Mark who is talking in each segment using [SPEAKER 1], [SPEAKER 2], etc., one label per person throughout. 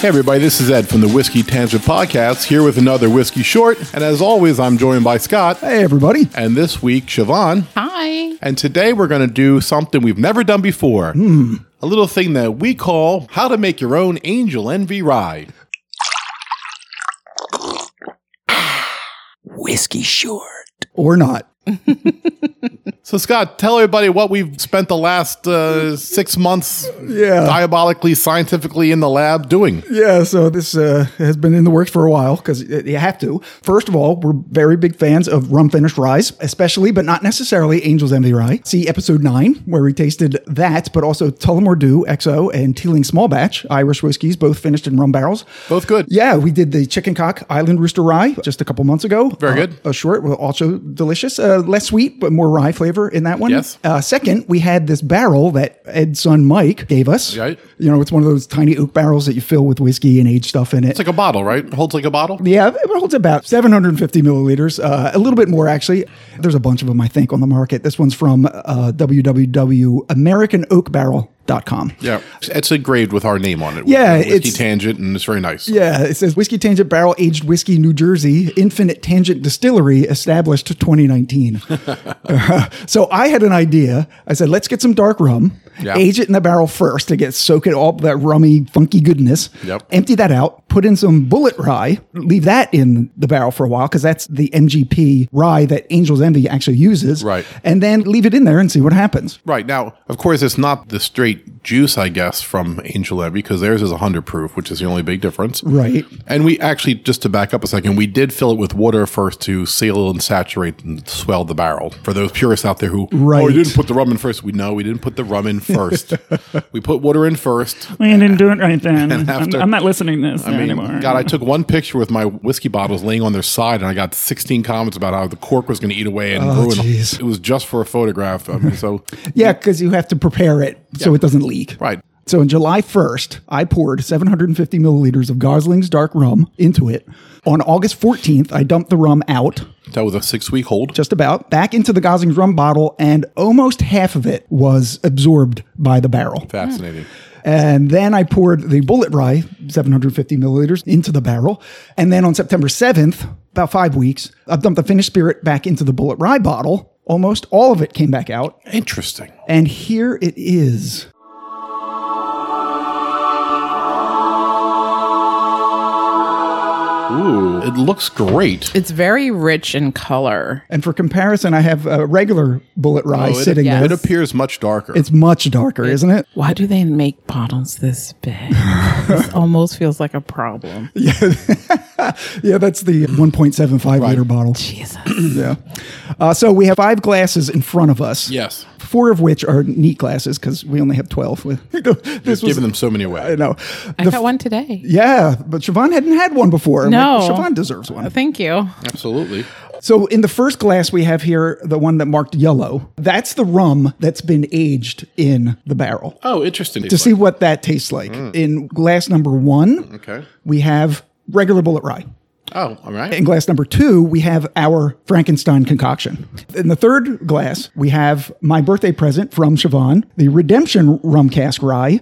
[SPEAKER 1] Hey, everybody, this is Ed from the Whiskey Tangent Podcast, here with another Whiskey Short. And as always, I'm joined by Scott.
[SPEAKER 2] Hey, everybody.
[SPEAKER 1] And this week, Siobhan.
[SPEAKER 3] Hi.
[SPEAKER 1] And today, we're going to do something we've never done before
[SPEAKER 2] Hmm.
[SPEAKER 1] a little thing that we call How to Make Your Own Angel Envy Rye.
[SPEAKER 4] Whiskey Short.
[SPEAKER 2] Or not.
[SPEAKER 1] So, Scott, tell everybody what we've spent the last uh, six months
[SPEAKER 2] Yeah.
[SPEAKER 1] diabolically, scientifically in the lab doing.
[SPEAKER 2] Yeah, so this uh, has been in the works for a while because you have to. First of all, we're very big fans of rum finished rye, especially, but not necessarily Angel's Envy Rye. See episode nine, where we tasted that, but also Tullamore Dew XO and Teeling Small Batch Irish whiskeys, both finished in rum barrels.
[SPEAKER 1] Both good.
[SPEAKER 2] Yeah, we did the Chicken Cock Island Rooster Rye just a couple months ago.
[SPEAKER 1] Very
[SPEAKER 2] Uh,
[SPEAKER 1] good.
[SPEAKER 2] A short, well, also delicious. Uh, less sweet, but more rye flavor in that one.
[SPEAKER 1] Yes.
[SPEAKER 2] Uh, second, we had this barrel that Ed's son Mike gave us.
[SPEAKER 1] Right.
[SPEAKER 2] You know, it's one of those tiny oak barrels that you fill with whiskey and aged stuff in it.
[SPEAKER 1] It's like a bottle, right? Holds like a bottle.
[SPEAKER 2] yeah, it holds about 750 milliliters, uh, a little bit more actually. There's a bunch of them, I think, on the market. This one's from uh, www.americanoakbarrel.com.
[SPEAKER 1] Yeah. It's engraved with our name on it.
[SPEAKER 2] Yeah,
[SPEAKER 1] Whiskey
[SPEAKER 2] it's-
[SPEAKER 1] Tangent, and it's very nice.
[SPEAKER 2] Yeah, it says Whiskey Tangent Barrel Aged Whiskey, New Jersey, Infinite Tangent Distillery, established 2019. so I had an idea. I said, let's get some dark rum,
[SPEAKER 1] Yeah.
[SPEAKER 2] age it in the barrel first to get soak it all that rummy, funky goodness.
[SPEAKER 1] Yep.
[SPEAKER 2] Empty that out, put in some bullet rye, leave that in the barrel for a while because that's the MGP rye that Angel's Envy actually uses.
[SPEAKER 1] Right.
[SPEAKER 2] And then leave it in there and see what happens.
[SPEAKER 1] Right. Now, of course, it's not the straight juice, I guess, from Angel Envy because theirs is 100 proof, which is the only big difference.
[SPEAKER 2] Right.
[SPEAKER 1] And we actually, just to back up a second, we did fill it with water first to seal and saturate and swell the barrel. For those purists out there who, oh,
[SPEAKER 2] Right.
[SPEAKER 1] we didn't put the rum in first. We know we didn't put the rum in first. we put water in first.
[SPEAKER 5] We didn't do it right then. I'm,
[SPEAKER 1] after-
[SPEAKER 5] I'm not listening to this
[SPEAKER 1] I mean,
[SPEAKER 5] anymore.
[SPEAKER 1] God, I took one picture with my whiskey bottles laying on their side, and I got 16 comments about how the cork was going to eat away and ruin.
[SPEAKER 2] Oh, jeez.
[SPEAKER 1] It was just for a photograph. I mean, so
[SPEAKER 2] Yeah, because you have to prepare it so it doesn't leak.
[SPEAKER 1] right.
[SPEAKER 2] So on July 1st, I poured 750 milliliters of Gosling's dark rum into it. On August 14th, I dumped the rum out,
[SPEAKER 1] That was a six-week hold.
[SPEAKER 2] just about, back into the Gosling's rum bottle, and almost half of it was absorbed by the barrel.
[SPEAKER 1] Fascinating.
[SPEAKER 2] And then I poured the bullet rye, 750 milliliters, into the barrel. And then on September 7th, about five weeks, I dumped the finished spirit back into the bullet rye bottle. Almost all of it came back out.
[SPEAKER 1] Interesting.
[SPEAKER 2] And here it is.
[SPEAKER 1] Ooh, it looks great.
[SPEAKER 3] It's very rich in color.
[SPEAKER 2] And for comparison, I have a regular bullet
[SPEAKER 1] Oh,
[SPEAKER 2] rye
[SPEAKER 1] it,
[SPEAKER 2] sitting
[SPEAKER 1] it
[SPEAKER 2] there.
[SPEAKER 1] appears much darker.
[SPEAKER 2] It's much darker, isn't it?
[SPEAKER 3] Why do they make bottles this big? this almost feels like a problem.
[SPEAKER 2] Yeah, that's the 1.75 liter bottle.
[SPEAKER 3] Jesus.
[SPEAKER 2] Yeah. Uh, so we have five glasses in front of us.
[SPEAKER 1] yes.
[SPEAKER 2] Four of which are neat glasses because we only have 12. this
[SPEAKER 1] It's
[SPEAKER 2] was,
[SPEAKER 1] giving them so many
[SPEAKER 2] I
[SPEAKER 1] away.
[SPEAKER 2] know.
[SPEAKER 3] I got one today.
[SPEAKER 2] Yeah, but Siobhan hadn't had one before. I'm
[SPEAKER 3] No.
[SPEAKER 2] like, Siobhan deserves one.
[SPEAKER 3] Thank you.
[SPEAKER 1] Absolutely.
[SPEAKER 2] So in the first glass we have here, the one that marked yellow, that's the rum that's been aged in the barrel.
[SPEAKER 1] Oh, interesting.
[SPEAKER 2] to see what that tastes like.
[SPEAKER 1] Mm.
[SPEAKER 2] In glass number one,
[SPEAKER 1] Okay.
[SPEAKER 2] we have regular bullet rye.
[SPEAKER 1] Oh, all right.
[SPEAKER 2] In glass number two, we have our Frankenstein concoction. In the third glass, we have my birthday present from Siobhan, the Redemption Rum Cask Rye,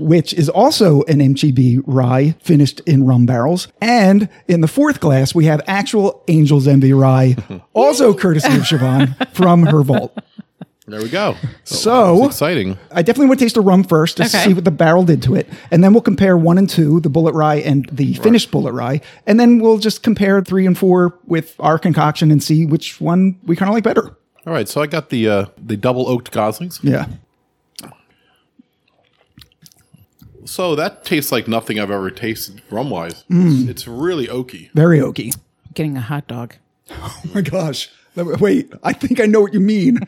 [SPEAKER 2] which is also an MGB rye finished in rum barrels. And in the fourth glass, we have actual Angel's Envy Rye, also courtesy of Siobhan from her vault.
[SPEAKER 1] There we go.
[SPEAKER 2] So-
[SPEAKER 1] That's exciting.
[SPEAKER 2] I definitely want to taste the rum first to
[SPEAKER 3] Okay.
[SPEAKER 2] see what the barrel did to it. And then we'll compare one and two, the bullet rye and the finished bullet rye. And then we'll just compare three and four with our concoction and see which one we kind of like better.
[SPEAKER 1] All right. So I got the uh, the double oaked goslings.
[SPEAKER 2] Yeah.
[SPEAKER 1] So that tastes like nothing I've ever tasted rum wise.
[SPEAKER 2] Mm.
[SPEAKER 1] It's really oaky.
[SPEAKER 2] Very oaky.
[SPEAKER 3] Getting a hot dog.
[SPEAKER 2] Oh my gosh. That- Wait, I think I know what you mean.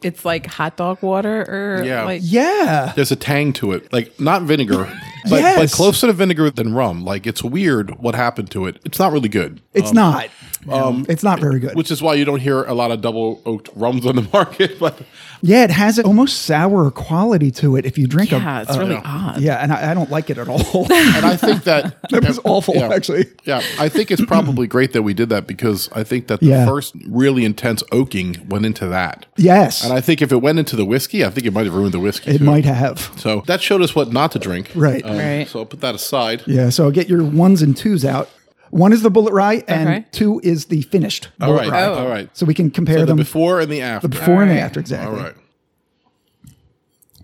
[SPEAKER 3] It's like hot dog water or
[SPEAKER 1] Yeah.
[SPEAKER 3] like
[SPEAKER 2] Yeah.
[SPEAKER 1] There's a tang to it, like not vinegar, but, but
[SPEAKER 2] Yes.
[SPEAKER 1] closer to vinegar than rum. Like it's weird what happened to it. It's not really good.
[SPEAKER 2] It's not.
[SPEAKER 1] Um,
[SPEAKER 2] It's not very good.
[SPEAKER 1] which is why you don't hear a lot of double oaked rums on the market. But
[SPEAKER 2] yeah, it has an almost sour quality to it if you drink
[SPEAKER 3] Yeah,
[SPEAKER 2] a.
[SPEAKER 3] it's really odd.
[SPEAKER 2] yeah, and I, I don't like it at all.
[SPEAKER 1] and I think that
[SPEAKER 2] That was awful, actually.
[SPEAKER 1] Yeah, I think it's probably great that we did that because I think that the
[SPEAKER 2] Yeah.
[SPEAKER 1] first really intense oaking went into that.
[SPEAKER 2] yes,
[SPEAKER 1] And I think if it went into the whiskey, I think it might have ruined the whiskey.
[SPEAKER 2] it
[SPEAKER 1] too.
[SPEAKER 2] might have.
[SPEAKER 1] So that showed us what not to drink. Um,
[SPEAKER 2] Right.
[SPEAKER 3] Right.
[SPEAKER 1] So I'll put that aside.
[SPEAKER 2] Yeah, so get your ones and twos out. One is the bullet rye, and
[SPEAKER 3] Okay.
[SPEAKER 2] two is the finished.
[SPEAKER 1] All right.
[SPEAKER 2] bullet rye.
[SPEAKER 1] All right.
[SPEAKER 2] So we can compare
[SPEAKER 1] So the
[SPEAKER 2] them
[SPEAKER 1] before and the after.
[SPEAKER 2] before and
[SPEAKER 3] Alright.
[SPEAKER 1] Oh.
[SPEAKER 2] after
[SPEAKER 1] All
[SPEAKER 2] exactly.
[SPEAKER 1] right.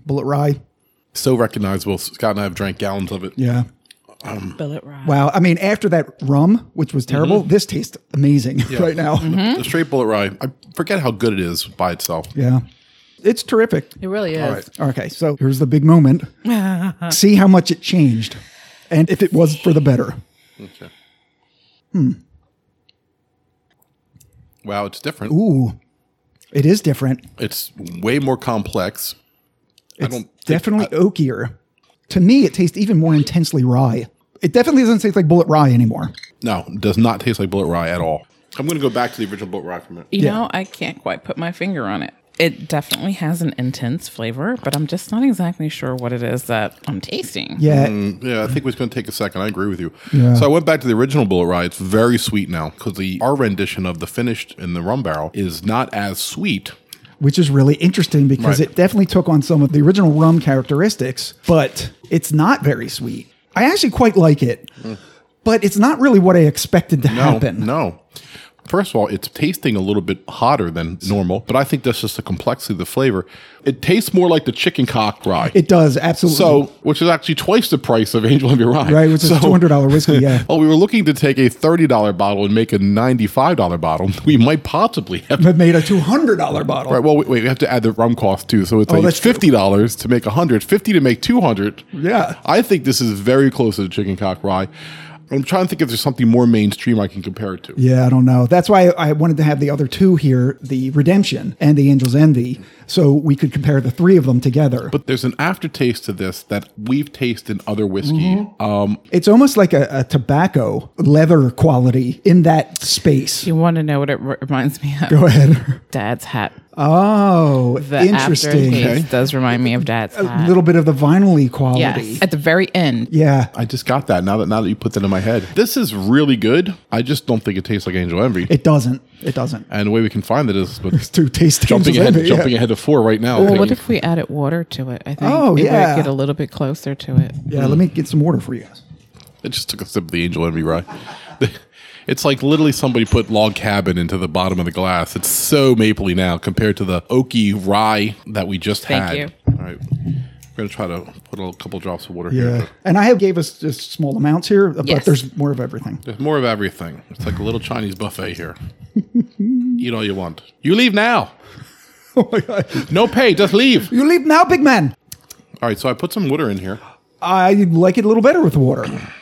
[SPEAKER 2] Bullet rye.
[SPEAKER 1] So recognizable. Scott and I have drank gallons of it.
[SPEAKER 2] Yeah.
[SPEAKER 3] Bullet rye.
[SPEAKER 2] Wow. I mean, after that rum, which was terrible,
[SPEAKER 1] Mm-hmm.
[SPEAKER 2] this tastes amazing right now.
[SPEAKER 1] The straight bullet rye. I forget how good it is by itself.
[SPEAKER 2] Yeah. It's terrific.
[SPEAKER 3] It really is.
[SPEAKER 1] All right.
[SPEAKER 2] Okay, so here's the big moment. See how much it changed and if it was for the better.
[SPEAKER 1] Okay. Hmm. Wow, it's different.
[SPEAKER 2] Ooh. It is different.
[SPEAKER 1] It's way more complex. I
[SPEAKER 2] It's
[SPEAKER 1] don't think-
[SPEAKER 2] definitely oakier. To me, it tastes even more intensely rye. It definitely doesn't taste like bullet rye anymore.
[SPEAKER 1] No, it does not taste like bullet rye at all. I'm going to go back to the original bullet rye for a minute.
[SPEAKER 3] You know, I can't quite put my finger on it. It definitely has an intense flavor, but I'm just not exactly sure what it is that I'm tasting.
[SPEAKER 2] Yeah,
[SPEAKER 1] Yeah, I think it's going to take a second. I agree with you. So I went back to the original bullet rye. It's very sweet now because the our rendition of the finished in the rum barrel is not as sweet.
[SPEAKER 2] which is really interesting because
[SPEAKER 1] Right.
[SPEAKER 2] it definitely took on some of the original rum characteristics, but it's not very sweet. I actually quite like it, but it's not really what I expected to
[SPEAKER 1] Hmm. No,
[SPEAKER 2] happen.
[SPEAKER 1] no. First of all, it's tasting a little bit hotter than normal, but I think that's just the complexity of the flavor. It tastes more like the chicken cock rye.
[SPEAKER 2] It does absolutely.
[SPEAKER 1] so, which is actually twice the price of Angel Envy Rye.
[SPEAKER 2] right, which is
[SPEAKER 1] So-
[SPEAKER 2] two hundred dollar whiskey. Yeah,
[SPEAKER 1] Well, we were looking to take a $30 bottle and make a $95 bottle. We might possibly have
[SPEAKER 2] but made a two hundred dollar bottle.
[SPEAKER 1] Right. Well, wait, wait, we have to add the rum cost too. So it's
[SPEAKER 2] Oh,
[SPEAKER 1] like
[SPEAKER 2] that's true.
[SPEAKER 1] fifty dollars to make a hundred, fifty to make two hundred.
[SPEAKER 2] Yeah.
[SPEAKER 1] I think this is very close to the chicken cock rye. I'm trying to think if there's something more mainstream I can compare it to.
[SPEAKER 2] Yeah, I don't know. That's why I wanted to have the other two here, the Redemption and the Angel's Envy, so we could compare the three of them together.
[SPEAKER 1] But there's an aftertaste to this that we've tasted in other whiskey.
[SPEAKER 2] Mm-hmm.
[SPEAKER 1] Um,
[SPEAKER 2] it's almost like a, a tobacco leather quality in that space.
[SPEAKER 3] You want to know what it re- reminds me of?
[SPEAKER 2] Go ahead.
[SPEAKER 3] Dad's hat.
[SPEAKER 2] Oh,
[SPEAKER 3] The
[SPEAKER 2] interesting.
[SPEAKER 3] aftertaste does remind me of Dad's
[SPEAKER 2] A
[SPEAKER 3] hat.
[SPEAKER 2] little bit of the vinyl quality.
[SPEAKER 3] Uh, yes, at the very end.
[SPEAKER 2] Yeah.
[SPEAKER 1] I just got that now that now that you put that in my head. This is really good. I just don't think it tastes like Angel Envy.
[SPEAKER 2] It doesn't. It doesn't.
[SPEAKER 1] and the way we can find it is with
[SPEAKER 2] It's too tasty.
[SPEAKER 1] jumping ahead,
[SPEAKER 2] Yeah.
[SPEAKER 1] jumping ahead to four right now.
[SPEAKER 3] Well, what
[SPEAKER 1] Taking-
[SPEAKER 3] if we added water to it? I think
[SPEAKER 2] Oh,
[SPEAKER 3] it
[SPEAKER 2] yeah.
[SPEAKER 3] would get a little bit closer to it.
[SPEAKER 2] Yeah, let me get some water for you guys.
[SPEAKER 1] I just took a sip of the Angel Envy rye. It's like literally somebody put log cabin into the bottom of the glass. It's so mapley now compared to the oaky rye that we just
[SPEAKER 3] Thank
[SPEAKER 1] had.
[SPEAKER 3] you.
[SPEAKER 1] All right, we're gonna try to put a couple drops of water
[SPEAKER 2] Yeah.
[SPEAKER 1] here.
[SPEAKER 2] And I have gave us just small amounts here, but
[SPEAKER 3] Yes.
[SPEAKER 2] there's more of everything.
[SPEAKER 1] There's more of everything. It's like a little Chinese buffet here. Eat all you want. You leave now.
[SPEAKER 2] Oh my God.
[SPEAKER 1] No pay. Just leave.
[SPEAKER 2] You leave now, big man.
[SPEAKER 1] All right. So I put some water in here.
[SPEAKER 2] I like it a little better with water.
[SPEAKER 1] Oh,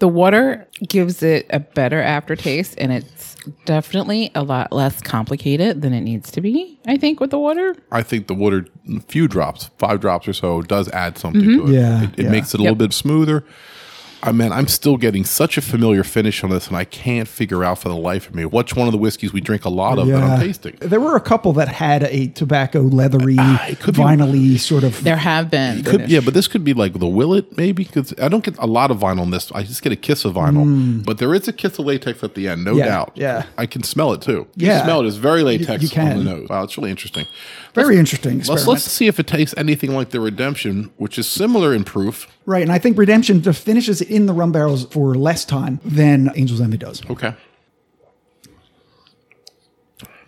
[SPEAKER 3] The water gives it a better aftertaste, and it's definitely a lot less complicated than it needs to be. I think with the water,
[SPEAKER 1] I think the water, a few drops, five drops or so, does add something to it.
[SPEAKER 2] Mm-hmm. Yeah,
[SPEAKER 1] it, it
[SPEAKER 2] yeah.
[SPEAKER 1] makes it a
[SPEAKER 3] Yep.
[SPEAKER 1] little bit smoother. I mean, I'm still getting such a familiar finish on this, and I can't figure out for the life of me which one of the whiskeys we drink a lot of that I'm tasting. Ah,
[SPEAKER 2] There were a couple that had a tobacco leathery,
[SPEAKER 1] it could be-
[SPEAKER 2] vinyl y sort of.
[SPEAKER 3] there have been
[SPEAKER 1] Could, yeah, but this could be like the Willet, maybe, because I don't get a lot of vinyl in this. I just get a kiss of vinyl, but there is a kiss of latex at the end, no
[SPEAKER 2] Mm. Yeah,
[SPEAKER 1] doubt.
[SPEAKER 2] yeah.
[SPEAKER 1] I can smell it too. You
[SPEAKER 2] Yeah.
[SPEAKER 1] smell it. It's very latex
[SPEAKER 2] you
[SPEAKER 1] on
[SPEAKER 2] can.
[SPEAKER 1] the nose. Wow, it's really interesting.
[SPEAKER 2] Very interesting experiment.
[SPEAKER 1] Let's, let's see if it tastes anything like the Redemption, which is similar in proof.
[SPEAKER 2] right, and I think Redemption just finishes it in the rum barrels for less time than Angel's Envy does.
[SPEAKER 1] Okay.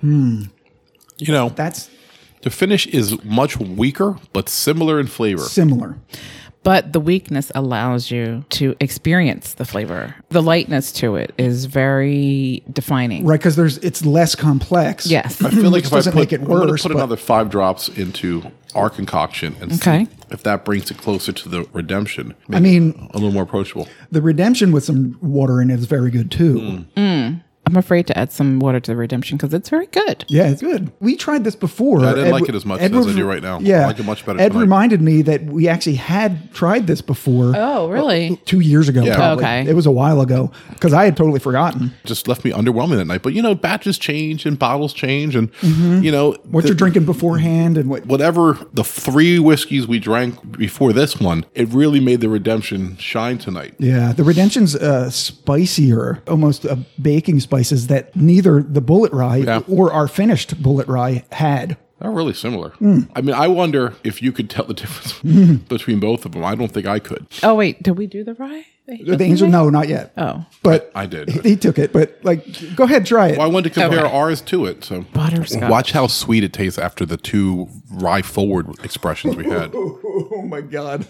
[SPEAKER 2] Hmm.
[SPEAKER 1] You know,
[SPEAKER 2] That's
[SPEAKER 1] the finish is much weaker, but similar in flavor.
[SPEAKER 2] similar.
[SPEAKER 3] but the weakness allows you to experience the flavor. The lightness to it is very defining.
[SPEAKER 2] Right, because there's it's less complex.
[SPEAKER 3] Yes.
[SPEAKER 1] I feel like
[SPEAKER 2] Which
[SPEAKER 1] if I
[SPEAKER 2] doesn't
[SPEAKER 1] put,
[SPEAKER 2] make it
[SPEAKER 1] I'm gonna
[SPEAKER 2] worse,
[SPEAKER 1] put
[SPEAKER 2] but-
[SPEAKER 1] another five drops into our concoction and
[SPEAKER 3] Okay.
[SPEAKER 1] see if that brings it closer to the redemption.
[SPEAKER 2] I mean,
[SPEAKER 1] a little more approachable. Hmm.
[SPEAKER 2] the Redemption with some water in it is very good too.
[SPEAKER 3] I'm afraid to add some water to the redemption because it's very good.
[SPEAKER 2] Yeah, it's good. We tried this before.
[SPEAKER 1] I didn't like it as much as I
[SPEAKER 2] re-
[SPEAKER 1] do right now. I
[SPEAKER 2] Yeah,
[SPEAKER 1] like it much better
[SPEAKER 2] Ed
[SPEAKER 1] tonight.
[SPEAKER 2] reminded me that we actually had tried this before. uh,
[SPEAKER 3] Oh, really?
[SPEAKER 2] Two years ago,
[SPEAKER 1] Yeah.
[SPEAKER 2] probably.
[SPEAKER 3] Okay.
[SPEAKER 2] It was a while ago because I had totally forgotten.
[SPEAKER 1] Just left me underwhelming that night. But you know, batches change and bottles change, and you know
[SPEAKER 2] Mm-hmm. What
[SPEAKER 1] the-
[SPEAKER 2] you're drinking beforehand and what?
[SPEAKER 1] whatever the three whiskeys we drank before this one, it really made the redemption shine tonight.
[SPEAKER 2] Yeah, the Redemption's uh, spicier, almost uh, baking spices that neither the Bullet Rye
[SPEAKER 1] Yeah.
[SPEAKER 2] or our finished Bullet Rye had.
[SPEAKER 1] They're really similar. I mean, I wonder if you could tell the difference between both of them. I don't think I could.
[SPEAKER 3] Oh, wait. Did we do the rye?
[SPEAKER 2] The Angel, no, not yet.
[SPEAKER 3] Oh.
[SPEAKER 2] but
[SPEAKER 1] I did.
[SPEAKER 2] He, he took it, but like, go ahead, try it.
[SPEAKER 1] Well, I wanted to compare
[SPEAKER 3] Okay.
[SPEAKER 1] ours to it. So
[SPEAKER 3] Butterscotch.
[SPEAKER 1] Watch how sweet it tastes after the two rye forward expressions we had.
[SPEAKER 2] Oh my god!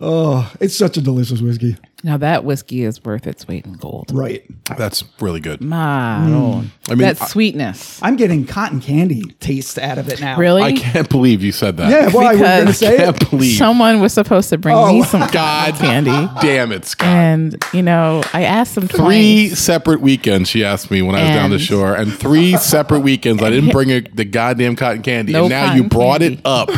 [SPEAKER 2] Oh, it's such a delicious whiskey.
[SPEAKER 3] Now that whiskey is worth its weight in gold.
[SPEAKER 2] Right.
[SPEAKER 1] That's really good.
[SPEAKER 2] Mm.
[SPEAKER 3] My lord.
[SPEAKER 1] mean,
[SPEAKER 3] that
[SPEAKER 1] I-
[SPEAKER 3] sweetness.
[SPEAKER 2] I'm getting cotton candy taste out of it now.
[SPEAKER 3] really?
[SPEAKER 1] I can't believe you said that.
[SPEAKER 2] Yeah. Well, I was going to
[SPEAKER 3] Because-
[SPEAKER 2] say it.
[SPEAKER 1] can't believe.
[SPEAKER 3] Someone was supposed to
[SPEAKER 2] Oh,
[SPEAKER 3] bring me some
[SPEAKER 1] God
[SPEAKER 3] candy.
[SPEAKER 1] damn it, Scott.
[SPEAKER 3] And, you know, I asked them
[SPEAKER 1] Three
[SPEAKER 3] twice.
[SPEAKER 1] separate weekends she asked me when I was down the
[SPEAKER 3] And-
[SPEAKER 1] shore, and three separate weekends I didn't bring her the goddamn cotton candy,
[SPEAKER 3] No
[SPEAKER 1] and now
[SPEAKER 3] cotton
[SPEAKER 1] you brought
[SPEAKER 3] candy.
[SPEAKER 1] it up.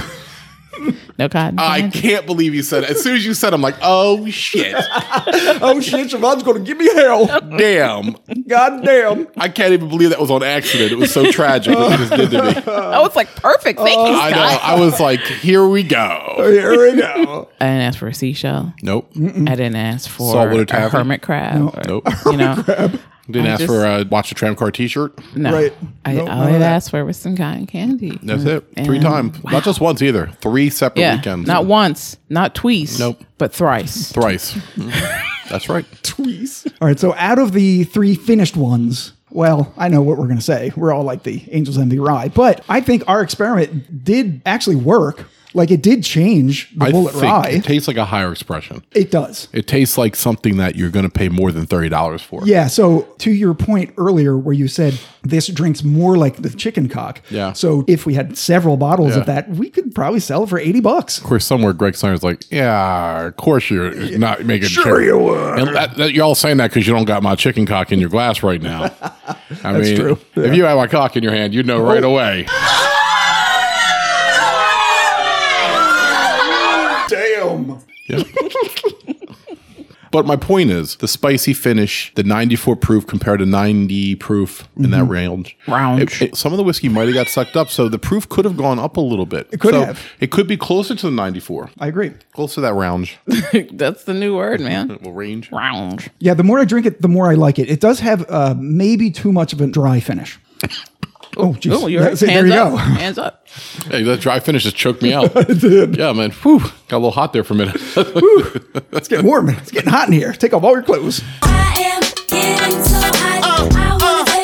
[SPEAKER 3] No cotton
[SPEAKER 1] I
[SPEAKER 3] candy.
[SPEAKER 1] can't believe you said it. As soon as you said, it, I'm like, oh shit,
[SPEAKER 2] Oh shit, Siobhan's going to give me hell.
[SPEAKER 1] damn!
[SPEAKER 2] God damn.
[SPEAKER 1] I can't even believe that was on accident. It was so tragic what you just did to me.
[SPEAKER 3] I was Oh, like, perfect. Thank you,
[SPEAKER 1] Oh, I
[SPEAKER 3] Scott.
[SPEAKER 1] know. I was like, here we go.
[SPEAKER 2] Oh, Here we go.
[SPEAKER 3] I didn't ask for a seashell.
[SPEAKER 1] Nope.
[SPEAKER 2] Mm.
[SPEAKER 3] I didn't ask for
[SPEAKER 1] Saltwater
[SPEAKER 3] a
[SPEAKER 1] taffy?
[SPEAKER 3] hermit crab. or,
[SPEAKER 1] Nope.
[SPEAKER 3] You know,
[SPEAKER 1] Didn't
[SPEAKER 3] I
[SPEAKER 1] ask
[SPEAKER 3] just-
[SPEAKER 1] for a watch the tram car T-shirt.
[SPEAKER 3] no.
[SPEAKER 2] Right.
[SPEAKER 3] I,
[SPEAKER 2] Nope,
[SPEAKER 3] all
[SPEAKER 2] none
[SPEAKER 3] I
[SPEAKER 2] of that.
[SPEAKER 3] asked for was some cotton candy.
[SPEAKER 1] That's it.
[SPEAKER 2] Mm-hmm.
[SPEAKER 1] Three
[SPEAKER 3] And-
[SPEAKER 1] times. Not just once either. Three separate
[SPEAKER 3] Yeah.
[SPEAKER 1] weekends.
[SPEAKER 3] Not once, not twice,
[SPEAKER 1] Nope.
[SPEAKER 3] but thrice.
[SPEAKER 1] Thrice. That's right.
[SPEAKER 2] Please. All right, so out of the three finished ones, well, I know what we're going to say. We're all like the Angels Envy Rye, but I think our experiment did actually work. Like it did change the
[SPEAKER 1] I
[SPEAKER 2] Bullet
[SPEAKER 1] think
[SPEAKER 2] Rye.
[SPEAKER 1] it tastes like a higher expression.
[SPEAKER 2] It does.
[SPEAKER 1] It tastes like something that you're going to pay more than thirty dollars for.
[SPEAKER 2] Yeah. So to your point earlier, where you said this drinks more like the chicken cock.
[SPEAKER 1] Yeah.
[SPEAKER 2] So if we had several bottles
[SPEAKER 1] Yeah.
[SPEAKER 2] of that, we could probably sell it for eighty bucks.
[SPEAKER 1] Of course, somewhere Greg Snyder's like, "Yeah, of course you're not making
[SPEAKER 2] Sure
[SPEAKER 1] chicken."
[SPEAKER 2] you are.
[SPEAKER 1] And that, that, you're all saying that because you don't got my chicken cock in your glass right now. I mean,
[SPEAKER 2] true.
[SPEAKER 1] if you had my cock in your hand, you'd know right away.
[SPEAKER 2] Damn.
[SPEAKER 1] Yeah. but my point is the spicy finish, the 94 proof compared to 90 proof in that range.
[SPEAKER 3] Round.
[SPEAKER 1] It- it- some of the whiskey might have got sucked up, so the proof could have gone up a little bit. It
[SPEAKER 2] could
[SPEAKER 1] so
[SPEAKER 2] have.
[SPEAKER 1] It could be closer to the 94,
[SPEAKER 2] I agree.
[SPEAKER 1] close to that round.
[SPEAKER 3] That's the new word, man.
[SPEAKER 1] Well, range.
[SPEAKER 3] Round.
[SPEAKER 2] Yeah. The more I drink it, the more I like it. It does have uh, maybe too much of a dry finish. Oh, geez.
[SPEAKER 3] Oh, you're
[SPEAKER 2] Yeah, see, there
[SPEAKER 3] hands
[SPEAKER 2] you
[SPEAKER 3] up.
[SPEAKER 2] go.
[SPEAKER 3] Hands up.
[SPEAKER 1] Hey, that dry finish just choked me out. Yeah, man. Whew. Got a little hot there for a minute.
[SPEAKER 2] It's getting warm. It's getting hot in here. Take off all your clothes.
[SPEAKER 4] I am getting so hot.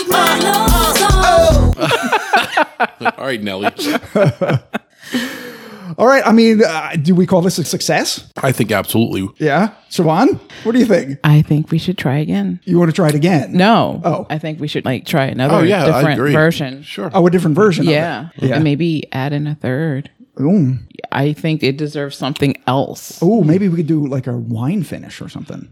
[SPEAKER 4] I wanna take my clothes off.
[SPEAKER 1] All right, Nelly.
[SPEAKER 2] All right. I mean, uh, do we call this a success?
[SPEAKER 1] I think absolutely.
[SPEAKER 2] Yeah. Siobhan, what do you think?
[SPEAKER 3] I think we should try again.
[SPEAKER 2] You want to try it again?
[SPEAKER 3] No.
[SPEAKER 2] Oh.
[SPEAKER 3] I think we should like try another
[SPEAKER 1] Oh, yeah. I
[SPEAKER 3] different
[SPEAKER 1] agree.
[SPEAKER 3] version.
[SPEAKER 1] Sure.
[SPEAKER 2] Oh, a different version.
[SPEAKER 3] Yeah.
[SPEAKER 2] Of it. Yeah.
[SPEAKER 3] And maybe add in a third. I think it deserves something else.
[SPEAKER 2] Oh, maybe we could do like a wine finish or something.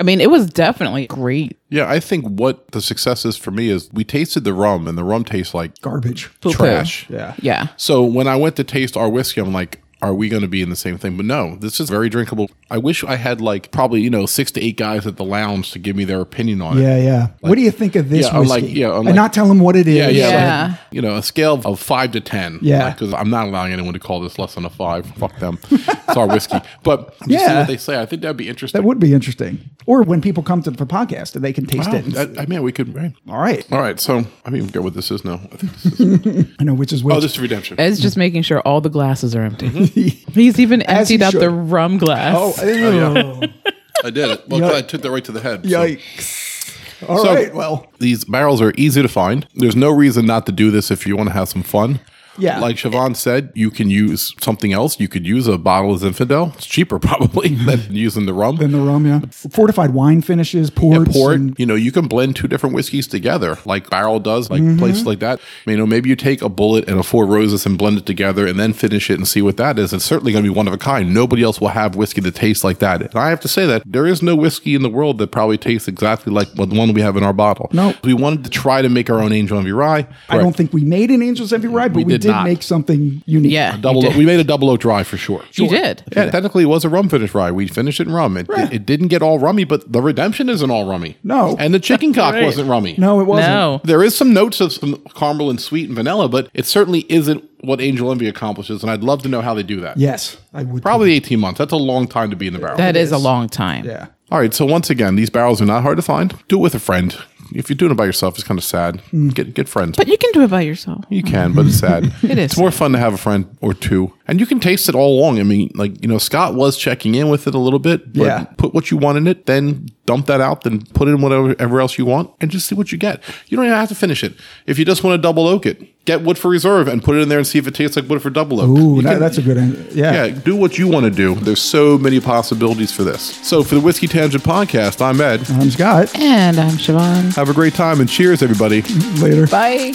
[SPEAKER 3] I mean, it was definitely great.
[SPEAKER 1] Yeah, I think what the success is for me is we tasted the rum, and the rum tastes like
[SPEAKER 2] Garbage.
[SPEAKER 3] Poo-poo.
[SPEAKER 1] trash.
[SPEAKER 2] Yeah.
[SPEAKER 3] Yeah.
[SPEAKER 1] So when I went to taste our whiskey, I'm like, are we going to be in the same thing? But no, this is very drinkable. I wish I had like probably, you know, six to eight guys at the lounge to give me their opinion on it.
[SPEAKER 2] Yeah, yeah. what do you think of this
[SPEAKER 1] Yeah, I'm
[SPEAKER 2] whiskey?
[SPEAKER 1] like- yeah, I'm
[SPEAKER 2] and
[SPEAKER 1] like-
[SPEAKER 2] not tell them what it is.
[SPEAKER 1] Yeah, yeah.
[SPEAKER 3] Yeah.
[SPEAKER 1] like, you know, a scale of five to ten.
[SPEAKER 2] Yeah.
[SPEAKER 1] Because I'm not allowing anyone to call this less than a five. Fuck them. it's our whiskey. But you see
[SPEAKER 2] Yeah.
[SPEAKER 1] what they say. I think that'd be interesting.
[SPEAKER 2] That would be interesting. Or when people come to the podcast and they can taste
[SPEAKER 1] Wow,
[SPEAKER 2] it. and-
[SPEAKER 1] that- I mean, we could. Right.
[SPEAKER 2] all right.
[SPEAKER 1] All right. So I don't even get what this is now. I think this is,
[SPEAKER 2] I know which is which.
[SPEAKER 1] oh, this is redemption.
[SPEAKER 3] It's just making sure all the glasses are empty. He's even
[SPEAKER 2] Mm-hmm. As he
[SPEAKER 3] emptied out
[SPEAKER 2] should.
[SPEAKER 3] the rum glass.
[SPEAKER 2] oh, ew.
[SPEAKER 1] I did it. Well,
[SPEAKER 2] Yeah.
[SPEAKER 1] I took that right to the head. so-
[SPEAKER 2] yikes. All right. Well,
[SPEAKER 1] these barrels are easy to find. There's no reason not to do this if you want to have some fun.
[SPEAKER 2] Yeah.
[SPEAKER 1] Like Siobhan said, you can use something else. You could use a bottle of Zinfandel. It's cheaper probably than using the rum.
[SPEAKER 2] Than the rum, yeah. Fortified wine finishes, ports.
[SPEAKER 1] Yeah, port.
[SPEAKER 2] and-
[SPEAKER 1] you know, you can blend two different whiskeys together, like Barrel does, like
[SPEAKER 2] Mm-hmm.
[SPEAKER 1] places like that. You know, maybe you take a Bullet and a Four Roses and blend it together, and then finish it and see what that is. It's certainly going to be one of a kind. Nobody else will have whiskey that tastes like that. And I have to say that there is no whiskey in the world that probably tastes exactly like the one we have in our bottle.
[SPEAKER 2] No.
[SPEAKER 1] we wanted to try to make our own Angel Envy Rye.
[SPEAKER 2] I don't think we made an Angel's Envy ride, but we,
[SPEAKER 1] We did
[SPEAKER 2] did,
[SPEAKER 1] not.
[SPEAKER 2] make something unique.
[SPEAKER 3] Yeah. you
[SPEAKER 1] Double,
[SPEAKER 3] did.
[SPEAKER 1] we made a double oak rye for sure.
[SPEAKER 3] You did.
[SPEAKER 1] Yeah, technically it was a rum finish rye. We finished it in rum. It,
[SPEAKER 2] Right.
[SPEAKER 1] it didn't get all rummy, but the redemption isn't all rummy.
[SPEAKER 2] No.
[SPEAKER 1] and the chicken cock
[SPEAKER 5] Right.
[SPEAKER 1] wasn't rummy.
[SPEAKER 2] No, it wasn't.
[SPEAKER 3] No.
[SPEAKER 1] There is some notes of some caramel and sweet and vanilla, but it certainly isn't what Angel Envy accomplishes, and I'd love to know how they do that.
[SPEAKER 2] Yes, I would.
[SPEAKER 1] Probably 18 months. That's a long time to be in the barrel.
[SPEAKER 3] That is a long time.
[SPEAKER 2] Yeah.
[SPEAKER 1] All right, so once again, these barrels are not hard to find. Do it with a friend. If you're doing it by yourself, it's kind of sad. Get get friends.
[SPEAKER 3] But you can do it by yourself.
[SPEAKER 1] You can, but it's sad.
[SPEAKER 3] It is
[SPEAKER 1] It's more fun to have a friend or two, and you can taste it all along. I mean, like you know, Scott was checking in with it a little bit. But
[SPEAKER 2] Yeah.
[SPEAKER 1] Put what you want in it, then dump that out, then put in whatever whatever else you want, and just see what you get. You don't even have to finish it. If you just want to double oak it, get Woodford Reserve and put it in there and see if it tastes like Woodford Double Oak.
[SPEAKER 2] Ooh,
[SPEAKER 1] You
[SPEAKER 2] that,
[SPEAKER 1] can-
[SPEAKER 2] that's a good answer. Yeah.
[SPEAKER 1] yeah, do what you want to do. There's so many possibilities for this. So for the Whiskey Tangent podcast, I'm Ed.
[SPEAKER 2] I'm Scott.
[SPEAKER 3] And I'm Siobhan.
[SPEAKER 1] Have a great time and cheers, everybody.
[SPEAKER 2] Later.
[SPEAKER 3] Bye.